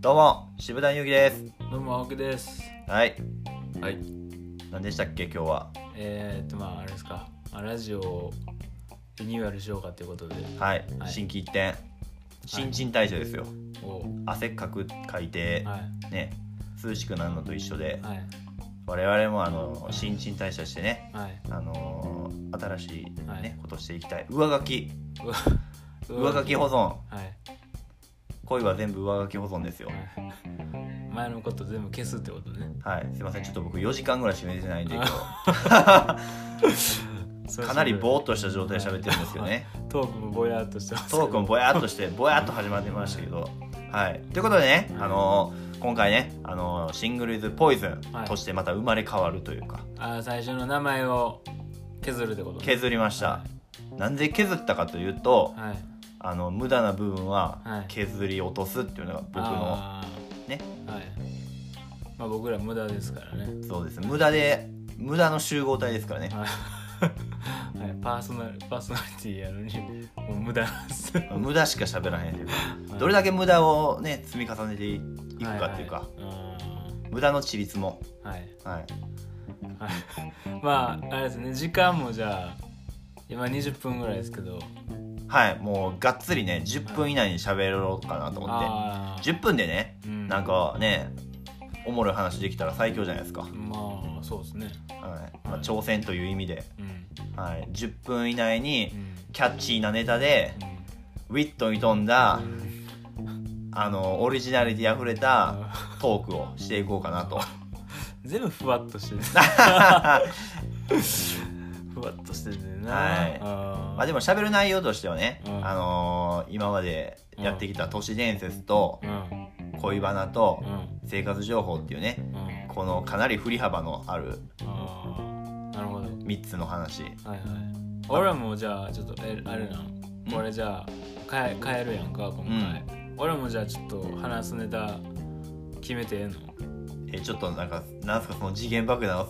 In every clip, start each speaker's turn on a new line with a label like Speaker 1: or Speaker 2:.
Speaker 1: どうも渋谷ゆうきです
Speaker 2: どうも青木です
Speaker 1: はい
Speaker 2: はい
Speaker 1: 何でしたっけ今日は
Speaker 2: えー、っとまああれですかまあラジオをリニューアルしようかということで
Speaker 1: はい、
Speaker 2: はい
Speaker 1: 新規一点新陳代謝ですよ、
Speaker 2: お
Speaker 1: 汗かく海底、
Speaker 2: は
Speaker 1: ね涼しくなるのと一緒で
Speaker 2: い、はい
Speaker 1: 我々もあの新陳代謝してね
Speaker 2: はい
Speaker 1: あのー新しい、ね
Speaker 2: はい
Speaker 1: ことしていきたい上書き
Speaker 2: うわ
Speaker 1: 上書き保
Speaker 2: は
Speaker 1: 存
Speaker 2: い、はい
Speaker 1: 恋は全部上書き保存ですよ
Speaker 2: 前のこと全部消すってことね
Speaker 1: はいすいませんちょっと僕4時間ぐらいしか寝てないんで 今日 かなりぼーっとした状態で喋ってるんですけどね
Speaker 2: トークもぼやっとしてますけど
Speaker 1: トークもぼやっとしてぼやっと始まってましたけどはいということでね、あのー今回ね、あのーシングルイズポイズン
Speaker 2: はい
Speaker 1: としてまた生まれ変わるというか
Speaker 2: あー最初の名前を削るってことね
Speaker 1: 削りましたなんで削ったかというと
Speaker 2: はい
Speaker 1: あの無駄な部分
Speaker 2: は
Speaker 1: はい削り落とすっていうのが僕の
Speaker 2: あ
Speaker 1: ね
Speaker 2: ーはいまあ僕ら無駄ですからね
Speaker 1: そうです無駄で無駄の集合体ですからね
Speaker 2: はいはい、パーソナルパーソナリティやのにもう無駄なんです
Speaker 1: 無駄しか喋らへんというか
Speaker 2: い
Speaker 1: どれだけ無駄をね積み重ねていくかっていうか
Speaker 2: はいは
Speaker 1: 無駄のちりつも
Speaker 2: い、うんはい
Speaker 1: はい
Speaker 2: はい、まああれですね時間もじゃあ今20分ぐらいですけど
Speaker 1: はいもうがっつりね10分以内に喋ろうかなと思って
Speaker 2: あー
Speaker 1: 10分でね
Speaker 2: うん
Speaker 1: なんかねおもろい話できたら最強じゃないですか、はい
Speaker 2: まあそうですね
Speaker 1: まあ、挑戦という意味で、
Speaker 2: うん
Speaker 1: はい、10分以内に
Speaker 2: うん
Speaker 1: キャッチーなネタで
Speaker 2: うん
Speaker 1: ウィットに富んだあのオリジナリティ溢れた
Speaker 2: あ
Speaker 1: トークをしていこうかなと
Speaker 2: 全部ふわっ としてるふわっとしてるな、
Speaker 1: はい
Speaker 2: あー
Speaker 1: まあでも喋る内容としてはね、
Speaker 2: うん
Speaker 1: あのー今までやってきた都市伝説と
Speaker 2: うん
Speaker 1: 恋バナと
Speaker 2: うん
Speaker 1: 生活情報っていうね
Speaker 2: うん
Speaker 1: このかなり振り幅のある
Speaker 2: あーなるほど
Speaker 1: 3つの話
Speaker 2: はいはい。俺らもじゃあちょっとえあれなん
Speaker 1: うん。
Speaker 2: これじゃあ変え変えるやんか今回。俺らもじゃあちょっと話すネタ決めてええの。
Speaker 1: えちょっとなんかなんすかその次元爆弾 を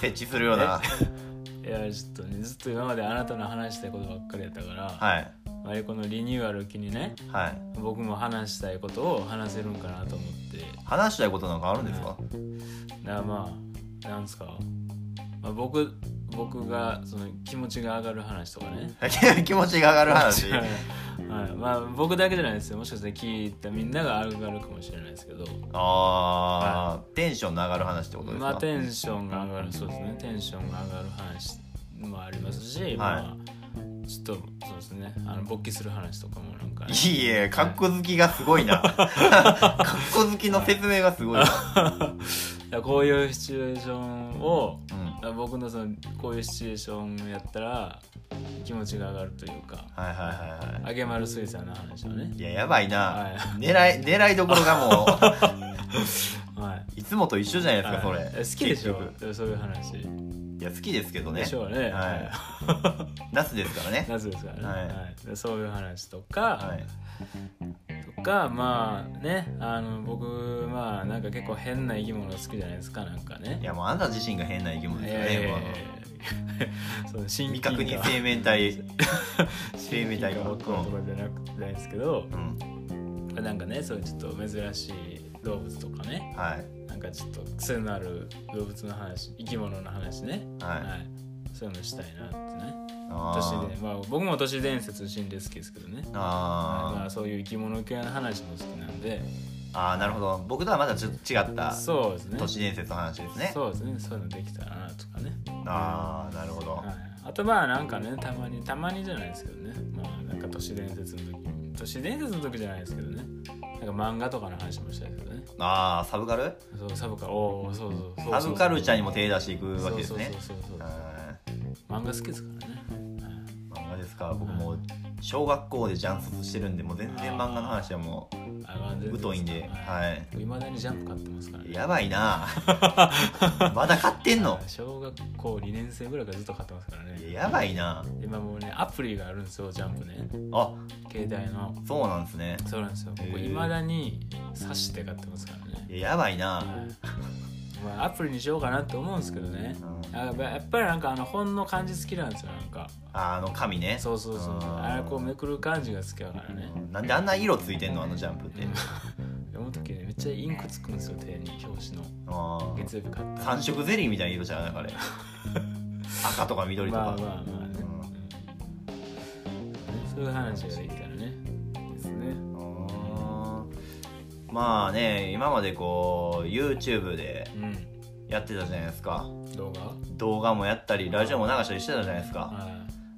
Speaker 1: 設置するような
Speaker 2: いやちょっとねずっと今まであなたの話したいことばっかりやったから、
Speaker 1: はい
Speaker 2: まあこのリニューアルを機にね
Speaker 1: はい
Speaker 2: 僕も話したいことを話せるんかなと思って
Speaker 1: 話したいことなんかあるんですか、
Speaker 2: だからまあなんですか、まあ、僕僕がその気持ちが上がる話とかね
Speaker 1: 気持ちが上がる話
Speaker 2: はい、まあ僕だけじゃないですよもしかして聞いたみんなが上がるかもしれないですけど
Speaker 1: あー、テンションの上がる話ってことですか、
Speaker 2: まあテンションが上がるそうですねテンションが上がる話もありますし、まあちょっとそうですねあの勃起する話とかもなんかね、
Speaker 1: いいえかっこ好きがすごい なかっこ好きの説明がすごいな、
Speaker 2: だからこういうシチュエーションを
Speaker 1: うん
Speaker 2: だから僕のそのこういうシチュエーションやったら気持ちが上がるというか
Speaker 1: はいはいはいは
Speaker 2: 揚げ丸水産の話をね
Speaker 1: いいややばいな、
Speaker 2: は
Speaker 1: 狙い狙いどころ がも
Speaker 2: はい。
Speaker 1: ういつもと一緒じゃないですかそれ、
Speaker 2: はい好きでしょ
Speaker 1: 結
Speaker 2: そういう話、
Speaker 1: 局いや好きですけどね
Speaker 2: でしょうね、
Speaker 1: はい夏ですからね
Speaker 2: 夏ですからね、
Speaker 1: はい
Speaker 2: でそういう話とか、
Speaker 1: はい
Speaker 2: とかまあねあの僕まあなんか結構変な生き物好きじゃないですかなんかね
Speaker 1: いやもうあなた自身が変な生き物ですよね、
Speaker 2: いやいやいや
Speaker 1: もう
Speaker 2: そう親
Speaker 1: 未
Speaker 2: 近感
Speaker 1: 確認生命体生命
Speaker 2: 親近
Speaker 1: 体
Speaker 2: 感
Speaker 1: が
Speaker 2: が僕のとかじゃなくないですけど
Speaker 1: うん
Speaker 2: なんかねそういうちょっと珍しい動物とかね
Speaker 1: はい
Speaker 2: なんかちょっと癖のある動物の話生き物の話ね
Speaker 1: はい
Speaker 2: そういうのしたいなってね都市
Speaker 1: あ
Speaker 2: 伝まあ僕も都市伝説心霊好きですけどね
Speaker 1: ーあ
Speaker 2: まあ、そういう生き物系の話も好きなんで
Speaker 1: ーあーなるほど僕とはまだちょっと違った
Speaker 2: そうですね
Speaker 1: 都市伝説の話ですね
Speaker 2: そうですねそういうのできたらなとかね、
Speaker 1: ああなるほど
Speaker 2: はい、あとまあなんかねたまにたまにじゃないですけどねまあなんか都市伝説の時都市伝説の時じゃないですけどねなんか漫画とかの話もしたいですけどね
Speaker 1: ああサブカル
Speaker 2: そうサブカルおおそうそうそう
Speaker 1: サブカルチャーに
Speaker 2: も
Speaker 1: も手出していくわけですね
Speaker 2: そうそうそうそう
Speaker 1: は
Speaker 2: 漫画好きですからね
Speaker 1: い漫画ですか僕もう小学校でジャンプしてるんでもう全然漫画の話はも
Speaker 2: あ
Speaker 1: う疎いんではい
Speaker 2: まだにジャンプ買ってますから
Speaker 1: い
Speaker 2: ね
Speaker 1: やばいな まだ買ってんの
Speaker 2: 小学校2年生ぐらいからずっと買ってますからね
Speaker 1: いややばいな
Speaker 2: 今もうねアプリがあるんですよジャンプね
Speaker 1: あ
Speaker 2: 携帯の
Speaker 1: そうなんですね
Speaker 2: そうなんですよ
Speaker 1: へー
Speaker 2: 僕いまだに刺して買ってますからね
Speaker 1: いややばいな
Speaker 2: はいまあ、アプリにしようかなって思うんですけどねあやっぱやっぱりなんかあの本の感じ好きなんですよなんか
Speaker 1: ああの紙ね
Speaker 2: そうそうそう
Speaker 1: うん
Speaker 2: あれこうめくる感じが好きだからね
Speaker 1: なんであんな色ついてんのあのジャンプって、
Speaker 2: うん 読む時ねめっちゃインクつくんですよ手に表紙の
Speaker 1: あー
Speaker 2: 月曜日買った
Speaker 1: 三色ゼリーみたいな色じゃないあ れ赤とか緑とか、
Speaker 2: まあまあまあね、うんそういう話ができたらねですね
Speaker 1: うんうんまあね今までこう YouTube で
Speaker 2: うん
Speaker 1: やってたじゃないですか
Speaker 2: 動画
Speaker 1: 動画もやったりラジオも流したりしてたじゃないですか
Speaker 2: は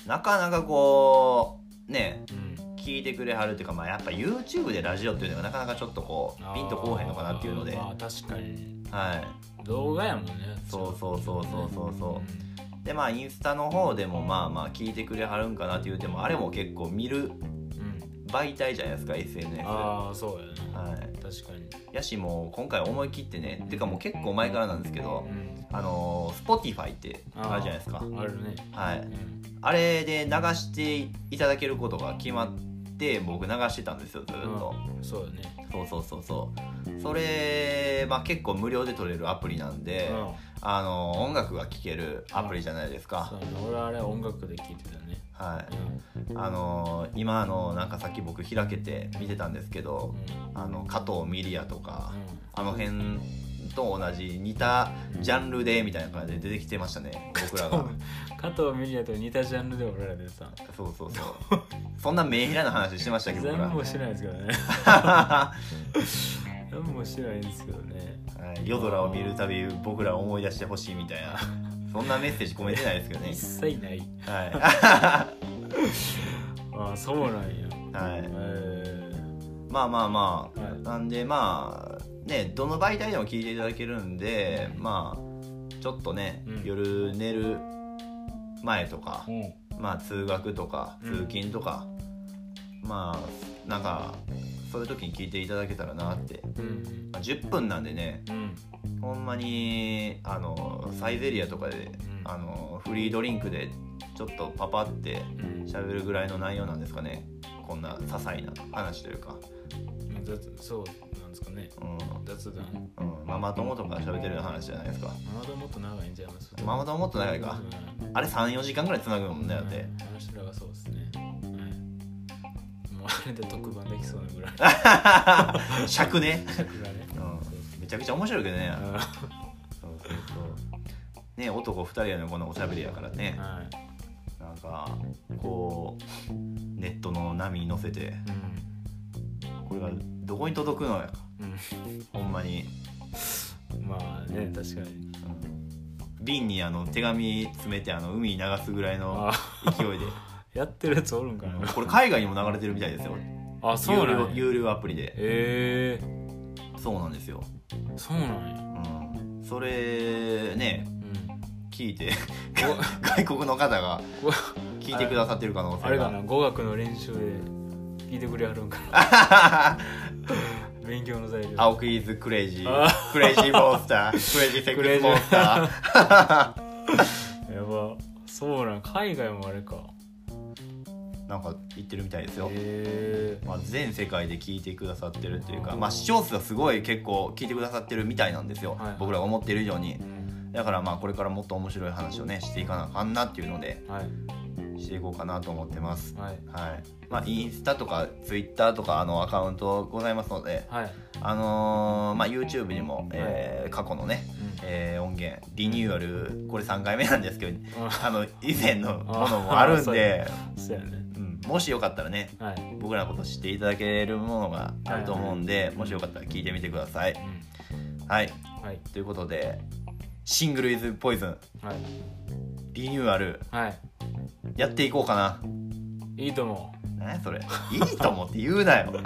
Speaker 1: なかなかこうね
Speaker 2: いうん
Speaker 1: 聞いてくれはるっていうか、まあ、やっぱ YouTube でラジオっていうのがなかなかちょっとこうピンとこうへんのかなっていうので、
Speaker 2: あ
Speaker 1: は
Speaker 2: ーまあ確かに
Speaker 1: い、
Speaker 2: 動画やもんね
Speaker 1: そうそうそうそうそうそううでまあインスタの方でもまあまあ聞いてくれはるんかなっていうてもあれも結構見る
Speaker 2: んうん
Speaker 1: 媒体じゃないですか SNS は
Speaker 2: ああそうやね
Speaker 1: い
Speaker 2: 確かに
Speaker 1: やしもう今回思い切ってねてかもう結構前からなんですけど
Speaker 2: うん
Speaker 1: あのー Spotify ってあるじゃないですか
Speaker 2: あるね
Speaker 1: はい
Speaker 2: うん
Speaker 1: あれで流していただけることが決まって僕流してたんですよずっと、
Speaker 2: そうだね
Speaker 1: そうそうそうそうそれ、まあ、結構無料で取れるアプリなんで、
Speaker 2: うん
Speaker 1: あの音楽が聴けるアプリじゃないです
Speaker 2: そ
Speaker 1: か、
Speaker 2: うね俺あれ音楽で聴いてたね
Speaker 1: は
Speaker 2: う
Speaker 1: い
Speaker 2: ん
Speaker 1: あの今あのなんかさっき僕開けて見てたんですけどあの加藤ミリアとか、あの辺と同じ似たジャンルでみたいな感じで出てきてましたね僕ら
Speaker 2: う
Speaker 1: が
Speaker 2: ん加藤ミリアと似たジャンルで俺ら出てた
Speaker 1: そうそうそうそんな目ひらな話してましたけど
Speaker 2: 全
Speaker 1: 僕ら
Speaker 2: 部もしてないですけどね
Speaker 1: は
Speaker 2: 全部もしてないんですけどね
Speaker 1: い夜空を見るたび僕らを思い出してほしいみたいなそんなメッセージ込めてないですけどね
Speaker 2: 一切ない
Speaker 1: は
Speaker 2: ああそうなんや
Speaker 1: い、は
Speaker 2: え
Speaker 1: い、
Speaker 2: ー
Speaker 1: まあまあまあ、
Speaker 2: はい
Speaker 1: なんでまあねどの媒体でも聞いていただけるんでまあちょっとね、
Speaker 2: うん
Speaker 1: 夜寝る前とか
Speaker 2: う、ん
Speaker 1: まあ通学とか
Speaker 2: うん
Speaker 1: 通勤とか、まあなんかそういう時に聞いていただけたらなって、
Speaker 2: うん
Speaker 1: まあ、10分なんでね
Speaker 2: うん
Speaker 1: ほんまにあのサイゼリアとかで、
Speaker 2: うん
Speaker 1: あのフリードリンクでちょっとパパって
Speaker 2: うん
Speaker 1: 喋るぐらいの内容なんですかねこんな些細な話というか、
Speaker 2: 雑そうなんですかね
Speaker 1: う
Speaker 2: 雑談
Speaker 1: んうん、ママ友とか喋ってるような話じゃないですか
Speaker 2: まだもっと長いんちゃいます
Speaker 1: ママ友もっと長いかあれ34時間ぐらい繋ぐもんねだ って
Speaker 2: うんあの人らがそうですね、はい、もうあれで特番できそうなぐら い
Speaker 1: 尺ね、
Speaker 2: 尺がね
Speaker 1: うん、めちゃくちゃ面白いけどねそうそうそうね男2人やのこのおしゃべりやからね
Speaker 2: はい
Speaker 1: なんかこうネットの波に乗せてこれがどこに届くのや
Speaker 2: うん
Speaker 1: ほんまに、
Speaker 2: うんまあね確か
Speaker 1: う
Speaker 2: に
Speaker 1: ん瓶にあの手紙詰めてあの海に流すぐらいの
Speaker 2: あ
Speaker 1: 勢 いで
Speaker 2: やってるやつおるんかな
Speaker 1: これ海外にも流れてるみたいですよ
Speaker 2: あそうなんや
Speaker 1: 有料有料アプリで
Speaker 2: ええ
Speaker 1: そうなんですよ、
Speaker 2: そうなんや
Speaker 1: うん、それね
Speaker 2: うん
Speaker 1: 聞いて外国の方が
Speaker 2: ご
Speaker 1: 聞いてくださってる可能性が
Speaker 2: あれかな語学の練習で聞いてくれはるんか な勉強の材料
Speaker 1: 青クイズクレイジ
Speaker 2: あ
Speaker 1: ークレイジーモンス タークレイジーセックスモンスタ
Speaker 2: やばそうなん海外もあれか
Speaker 1: ーなんか言ってるみたいですよ、
Speaker 2: ええ
Speaker 1: まあ、全世界で聞いてくださってるっていうか、まあ、視聴数はすごい結構聞いてくださってるみたいなんですよ、
Speaker 2: はい
Speaker 1: 僕らが思ってる以上に
Speaker 2: うん
Speaker 1: だからまあこれからもっと面白い話をねしていかなあかんなっていうので
Speaker 2: はい
Speaker 1: していこうかなと思ってます
Speaker 2: はい
Speaker 1: はいまあインスタとかツイッターとかあのアカウントございますので
Speaker 2: はい
Speaker 1: あのーまあ YouTube にも、えー過去のね、
Speaker 2: うん
Speaker 1: えー音源リニューアルこれ3回目なんですけど
Speaker 2: あ
Speaker 1: あの以前のものもあるんで、
Speaker 2: そうやね
Speaker 1: うん、もしよかったらね
Speaker 2: はい
Speaker 1: 僕らのこと知っていただけるものがあると思うんで、もしよかったら聞いてみてください。
Speaker 2: う
Speaker 1: はい、
Speaker 2: んはい
Speaker 1: ということでシングルイズポイズン
Speaker 2: はい
Speaker 1: リニューアル
Speaker 2: は
Speaker 1: やっていこうかな。
Speaker 2: いいいと思
Speaker 1: 何やそれいいと思って言うなよ。
Speaker 2: う